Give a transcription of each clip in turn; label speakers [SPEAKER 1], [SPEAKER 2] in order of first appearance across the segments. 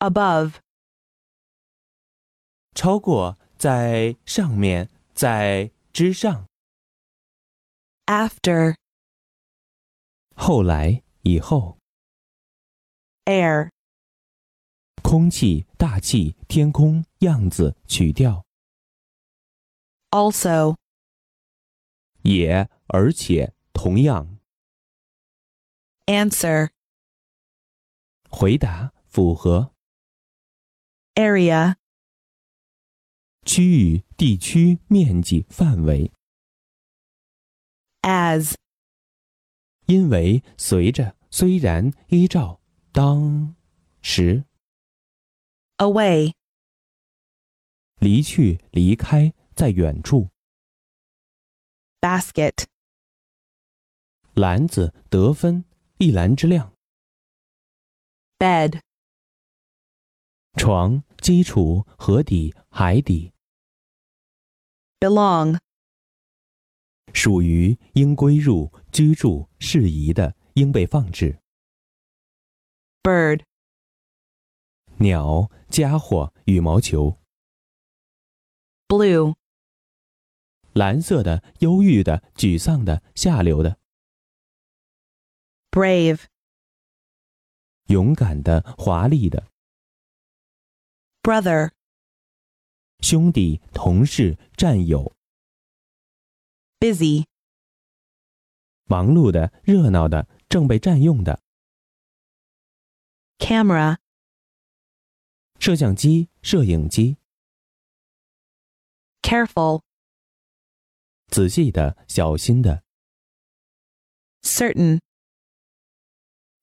[SPEAKER 1] above,
[SPEAKER 2] 超过在上面，在之上。
[SPEAKER 1] after,
[SPEAKER 2] 后来以后，
[SPEAKER 1] air,
[SPEAKER 2] 空气、大气、天空、样子取掉，
[SPEAKER 1] also,
[SPEAKER 2] 也而且同样
[SPEAKER 1] answer,
[SPEAKER 2] 回答符合
[SPEAKER 1] area,
[SPEAKER 2] 区域、地区、面积、范围，
[SPEAKER 1] as,
[SPEAKER 2] 因为随着虽然依照当时
[SPEAKER 1] away,
[SPEAKER 2] 离去离开在远处
[SPEAKER 1] basket,
[SPEAKER 2] 篮子得分一篮之量。
[SPEAKER 1] bed,
[SPEAKER 2] 床、基础、河底、海底，
[SPEAKER 1] belong,
[SPEAKER 2] 属于应归入、居住、适宜的，应被放置。
[SPEAKER 1] bird,
[SPEAKER 2] 鸟、家伙、羽毛球，
[SPEAKER 1] blue,
[SPEAKER 2] 蓝色的、忧郁的、沮丧的、下流的、
[SPEAKER 1] brave,
[SPEAKER 2] 勇敢的、华丽的，
[SPEAKER 1] brother,
[SPEAKER 2] 兄弟、同事、战友，
[SPEAKER 1] busy,
[SPEAKER 2] 忙碌的、热闹的，正被占用的，
[SPEAKER 1] camera,
[SPEAKER 2] 摄像机、摄影机，
[SPEAKER 1] careful,
[SPEAKER 2] 仔细的、小心的，
[SPEAKER 1] certain,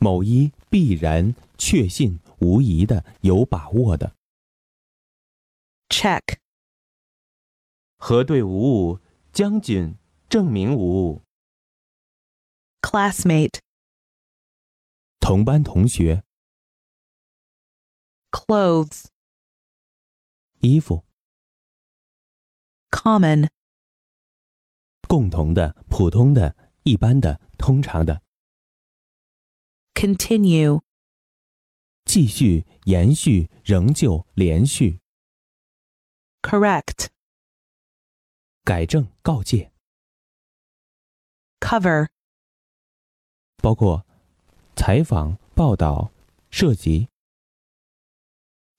[SPEAKER 2] 某一必然、确信、无疑的、有把握的。
[SPEAKER 1] check,
[SPEAKER 2] 核对无误，将军证明无误，
[SPEAKER 1] classmate,
[SPEAKER 2] 同班同学，
[SPEAKER 1] clothes,
[SPEAKER 2] 衣服，
[SPEAKER 1] common,
[SPEAKER 2] 共同的、普通的、一般的、通常的，
[SPEAKER 1] continue,
[SPEAKER 2] 继续、延续、仍旧、连续、
[SPEAKER 1] correct,
[SPEAKER 2] 改正、告诫，
[SPEAKER 1] cover,
[SPEAKER 2] 包括采访、报道、涉及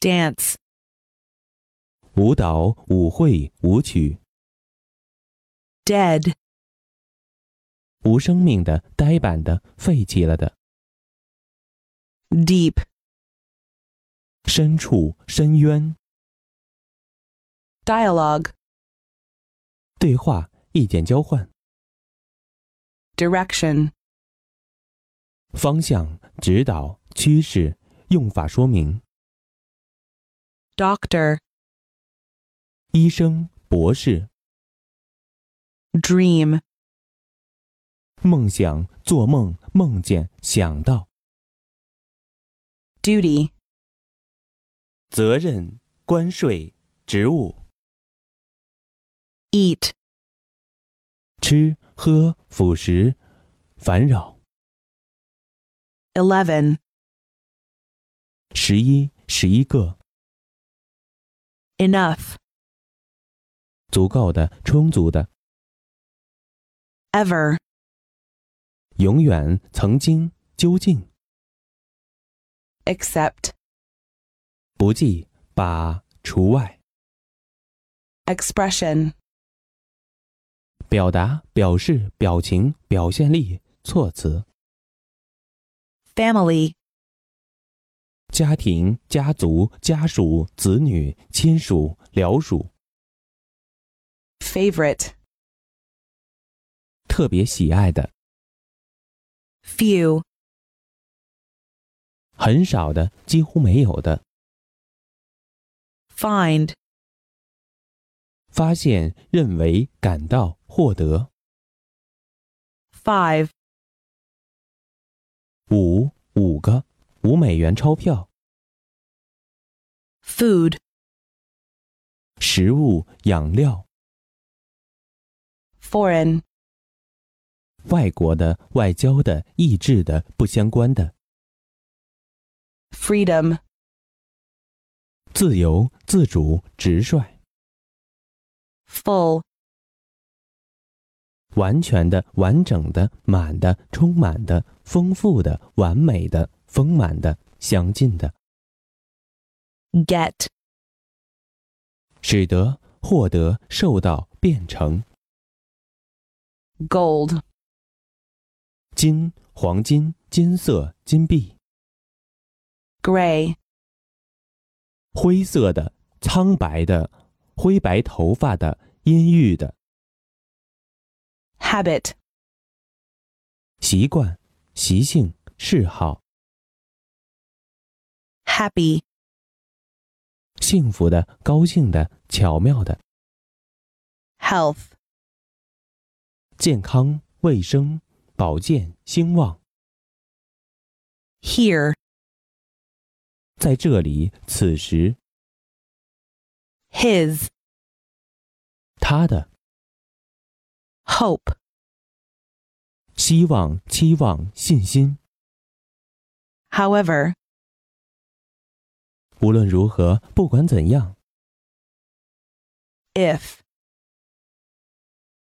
[SPEAKER 1] dance,
[SPEAKER 2] 舞蹈、舞会、舞曲，
[SPEAKER 1] dead,
[SPEAKER 2] 无生命的、呆板的、废弃了的，
[SPEAKER 1] deep,
[SPEAKER 2] 深处、深渊、
[SPEAKER 1] dialogue,
[SPEAKER 2] 对话、意见交换、
[SPEAKER 1] direction,
[SPEAKER 2] 方向、指导、趋势、用法说明。
[SPEAKER 1] doctor,
[SPEAKER 2] 医生、博士、
[SPEAKER 1] dream,
[SPEAKER 2] 梦想、做梦、梦见、想到、
[SPEAKER 1] duty,
[SPEAKER 2] 责任、关税、职务、
[SPEAKER 1] eat,
[SPEAKER 2] 吃喝、辅食、烦扰、
[SPEAKER 1] eleven,
[SPEAKER 2] 十一、十一个、
[SPEAKER 1] enough,
[SPEAKER 2] 足够的、充足的、
[SPEAKER 1] ever,
[SPEAKER 2] 永远、曾经、究竟、
[SPEAKER 1] accept,
[SPEAKER 2] 不计、把除外、
[SPEAKER 1] expression,
[SPEAKER 2] 表达、表示、表情、表现力、措辞、
[SPEAKER 1] family,
[SPEAKER 2] 家庭、家族、家属、子女、亲属、僚属、
[SPEAKER 1] favorite,
[SPEAKER 2] 特别喜爱的。
[SPEAKER 1] few,
[SPEAKER 2] 很少的，几乎没有的，
[SPEAKER 1] find,
[SPEAKER 2] 发现、认为、感到、获得。
[SPEAKER 1] five,
[SPEAKER 2] 五五个五美元钞票，
[SPEAKER 1] food,
[SPEAKER 2] 食物、养料，
[SPEAKER 1] foreign,
[SPEAKER 2] 外国的、外交的、意志的、不相关的，
[SPEAKER 1] freedom,
[SPEAKER 2] 自由、自主、直率、
[SPEAKER 1] full,
[SPEAKER 2] 完全的、完整的、满的、充满的、丰富的、完美的、丰满的、详尽的，
[SPEAKER 1] get,
[SPEAKER 2] 使得、获得、受到、变成。
[SPEAKER 1] gold,
[SPEAKER 2] 金、黄金、金色、金币、
[SPEAKER 1] gray,
[SPEAKER 2] 灰色的、苍白的、灰白头发的、阴郁的、
[SPEAKER 1] habit,
[SPEAKER 2] 习惯、习性、嗜好、
[SPEAKER 1] happy,
[SPEAKER 2] 幸福的、高兴的、巧妙的、
[SPEAKER 1] health,
[SPEAKER 2] 健康、卫生、保健、兴旺，
[SPEAKER 1] here,
[SPEAKER 2] 在这里，此时，
[SPEAKER 1] his,
[SPEAKER 2] 他的
[SPEAKER 1] hope,
[SPEAKER 2] 希望、期望、信心，
[SPEAKER 1] however,
[SPEAKER 2] 无论如何，不管怎样，
[SPEAKER 1] if,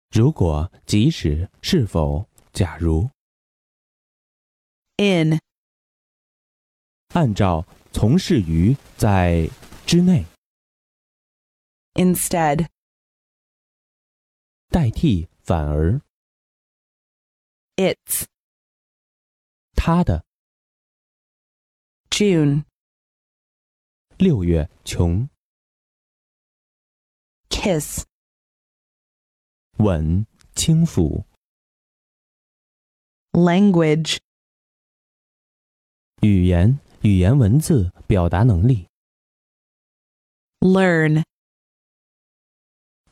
[SPEAKER 2] 如果、即使、是否、假如。
[SPEAKER 1] in,
[SPEAKER 2] 按照从事于在之内
[SPEAKER 1] instead,
[SPEAKER 2] 代替反而
[SPEAKER 1] its,
[SPEAKER 2] 他的
[SPEAKER 1] June,
[SPEAKER 2] 六月穷
[SPEAKER 1] kiss,
[SPEAKER 2] 吻轻抚
[SPEAKER 1] language,
[SPEAKER 2] 语言语言文字表达能力
[SPEAKER 1] learn,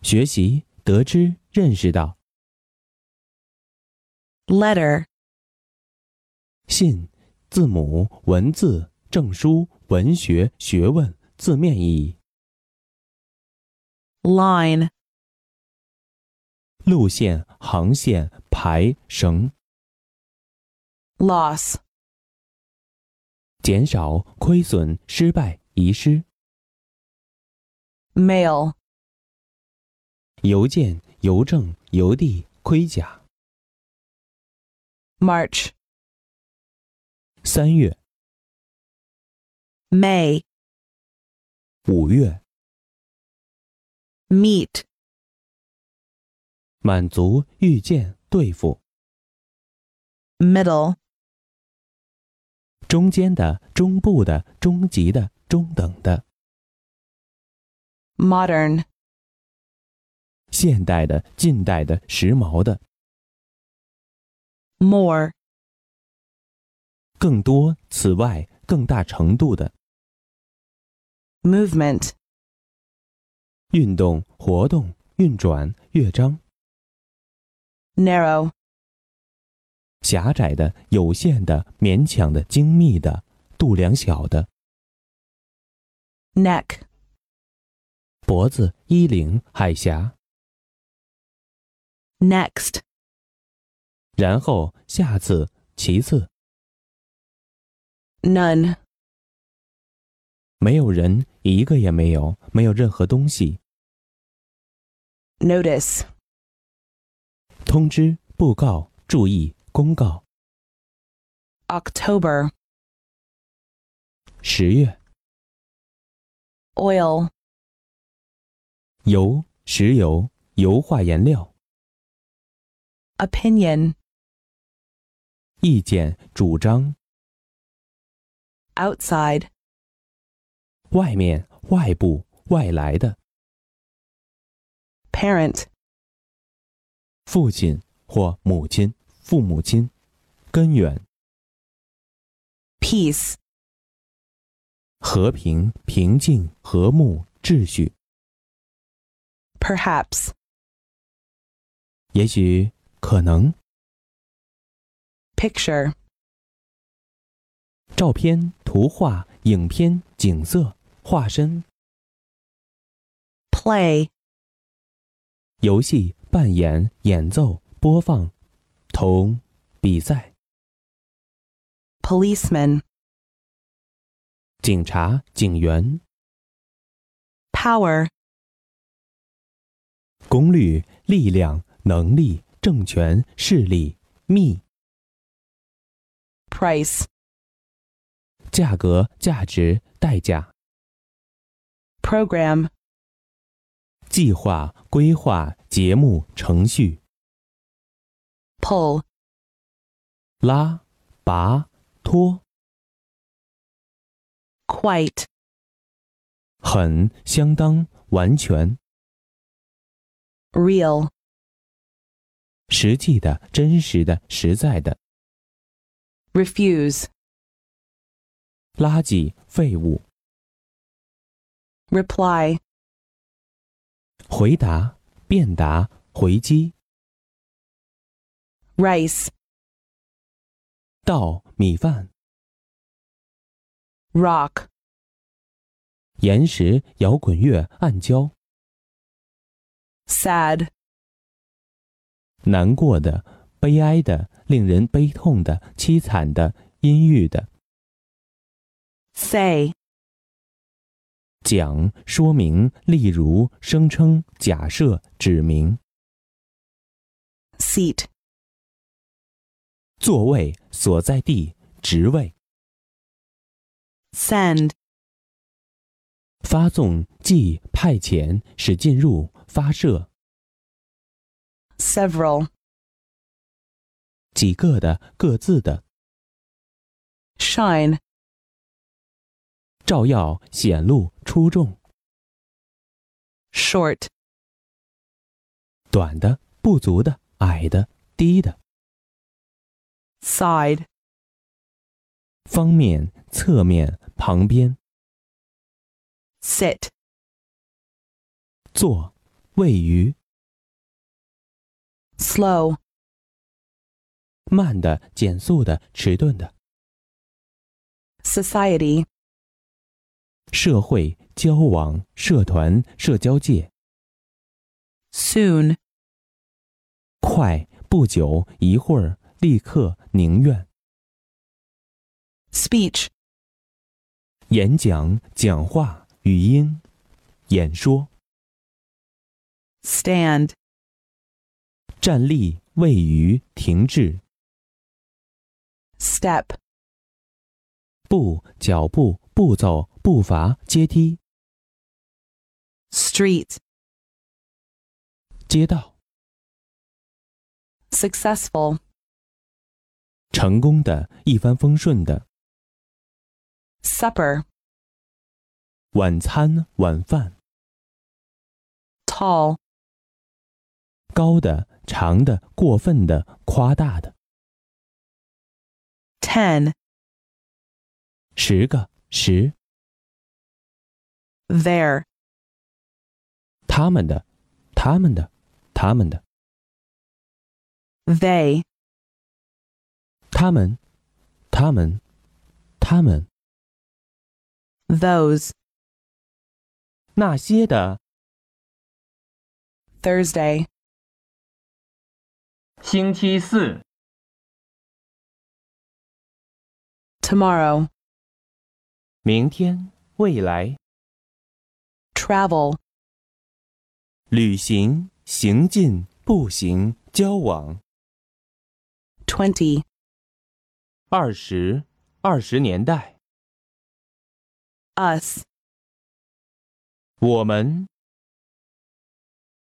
[SPEAKER 2] 学习得知认识到
[SPEAKER 1] letter,
[SPEAKER 2] 信字母文字证书文学学问字面意义
[SPEAKER 1] line,
[SPEAKER 2] 路线航线牌绳
[SPEAKER 1] loss,
[SPEAKER 2] 减少亏损失败遗失
[SPEAKER 1] mail,
[SPEAKER 2] 邮件邮政邮递盔甲。
[SPEAKER 1] March,
[SPEAKER 2] 三月、
[SPEAKER 1] May,
[SPEAKER 2] 五月，
[SPEAKER 1] meet,
[SPEAKER 2] 满足、遇见、对付，
[SPEAKER 1] middle,
[SPEAKER 2] 中间的、中部的、中级的、中等的，
[SPEAKER 1] modern,
[SPEAKER 2] 现代的、近代的、时髦的，
[SPEAKER 1] more,
[SPEAKER 2] 更多、此外、更大程度的
[SPEAKER 1] movement,
[SPEAKER 2] 运动、活动、运转、乐章，
[SPEAKER 1] narrow,
[SPEAKER 2] 狭窄的、有限的、勉强的、精密的、度量小的，
[SPEAKER 1] neck,
[SPEAKER 2] 脖子、衣领、海峡，
[SPEAKER 1] next,
[SPEAKER 2] 然后、下次、其次，
[SPEAKER 1] none,
[SPEAKER 2] 没有人，一个也没有，没有任何东西。
[SPEAKER 1] notice,
[SPEAKER 2] 通知、布告、注意、公告。
[SPEAKER 1] October,
[SPEAKER 2] 十月，
[SPEAKER 1] oil,
[SPEAKER 2] 油、石油、油化颜料、
[SPEAKER 1] opinion,
[SPEAKER 2] 意见、主张、
[SPEAKER 1] outside,
[SPEAKER 2] 外面、外部、外来的、
[SPEAKER 1] parent,
[SPEAKER 2] 父亲或母亲、父母亲、根源、
[SPEAKER 1] peace,
[SPEAKER 2] 和平、平静、和睦、秩序。
[SPEAKER 1] perhaps,
[SPEAKER 2] 也许、可能、
[SPEAKER 1] picture,
[SPEAKER 2] 照片、图画、影片、景色、化身、
[SPEAKER 1] play,
[SPEAKER 2] 游戏、扮演、演奏、播放、同、比赛。
[SPEAKER 1] policeman,
[SPEAKER 2] 警察、警员、
[SPEAKER 1] power,
[SPEAKER 2] 功率、力量、能力、政权、势力、密、
[SPEAKER 1] price,
[SPEAKER 2] 价格、价值、代价、
[SPEAKER 1] program,
[SPEAKER 2] 计划、规划、节目、程序、
[SPEAKER 1] pull,
[SPEAKER 2] 拉、拔、拖、
[SPEAKER 1] quite,
[SPEAKER 2] 很、相当、完全、
[SPEAKER 1] real,
[SPEAKER 2] 实际的、真实的、实在的、
[SPEAKER 1] refuse,
[SPEAKER 2] 垃圾、废物、
[SPEAKER 1] reply,
[SPEAKER 2] 回答、辩答、回击、
[SPEAKER 1] rice,
[SPEAKER 2] 稻、米饭、
[SPEAKER 1] rock,
[SPEAKER 2] 岩石、摇滚乐、暗礁、
[SPEAKER 1] sad,
[SPEAKER 2] 难过的、悲哀的、令人悲痛的、凄惨的、阴郁的。
[SPEAKER 1] say,
[SPEAKER 2] 讲、说明、例如、声称、假设、指明、
[SPEAKER 1] seat,
[SPEAKER 2] 座位、所在地、职位、
[SPEAKER 1] send,
[SPEAKER 2] 发送、寄、派遣、使进入、发射、
[SPEAKER 1] several,
[SPEAKER 2] 几个的、各自的、
[SPEAKER 1] shine,
[SPEAKER 2] 照耀、显露、出众、
[SPEAKER 1] short,
[SPEAKER 2] 短的、不足的、矮的、低的、
[SPEAKER 1] side,
[SPEAKER 2] 方面、侧面、旁边、
[SPEAKER 1] sit,
[SPEAKER 2] 坐、位于、
[SPEAKER 1] slow,
[SPEAKER 2] 慢的、减速的、迟钝的、
[SPEAKER 1] society,
[SPEAKER 2] 社会、交往、社团、社交界。
[SPEAKER 1] soon,
[SPEAKER 2] 快，不久，一会儿，立刻，宁愿。
[SPEAKER 1] speech,
[SPEAKER 2] 演讲、讲话、语音、演说、
[SPEAKER 1] stand,
[SPEAKER 2] 站立、位于、停滞、
[SPEAKER 1] step,
[SPEAKER 2] 步、脚步、步骤、步伐、阶梯、
[SPEAKER 1] street,
[SPEAKER 2] 街道。
[SPEAKER 1] successful,
[SPEAKER 2] 成功的，一帆风顺的。
[SPEAKER 1] supper,
[SPEAKER 2] 晚餐、晚饭，
[SPEAKER 1] tall,
[SPEAKER 2] 高的、长的、过分的、夸大的。
[SPEAKER 1] ten,
[SPEAKER 2] 十个，十，
[SPEAKER 1] there,
[SPEAKER 2] 他们的，他们的，他们的，
[SPEAKER 1] they,
[SPEAKER 2] 他们，他们，他们。
[SPEAKER 1] those,
[SPEAKER 2] 那些的
[SPEAKER 1] Thursday,
[SPEAKER 3] 星期四、
[SPEAKER 1] tomorrow,
[SPEAKER 2] 明天、未来、
[SPEAKER 1] travel,
[SPEAKER 2] 旅行、行进、步行、交往、
[SPEAKER 1] twenty,
[SPEAKER 2] 二十、二十年代、
[SPEAKER 1] us,
[SPEAKER 2] 我们、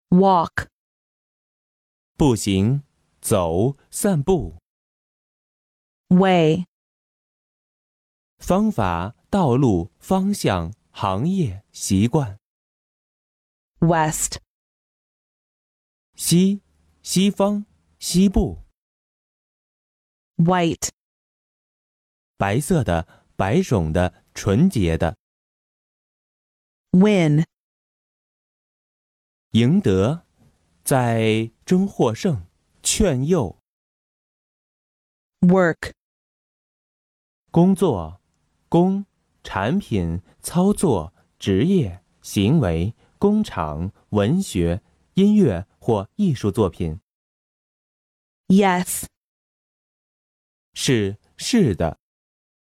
[SPEAKER 1] walk,
[SPEAKER 2] 步行、走、散步、
[SPEAKER 1] way,
[SPEAKER 2] 方法、道路、方向、行业、习惯、
[SPEAKER 1] west,
[SPEAKER 2] 西、西方、西部、
[SPEAKER 1] white,
[SPEAKER 2] 白色的、白种的、纯洁的、
[SPEAKER 1] win,
[SPEAKER 2] 赢得、在中获胜、劝诱、
[SPEAKER 1] work,
[SPEAKER 2] 工作、工、产品、操作、职业、行为、工厂、文学、音乐或艺术作品。
[SPEAKER 1] yes,
[SPEAKER 2] 是是的，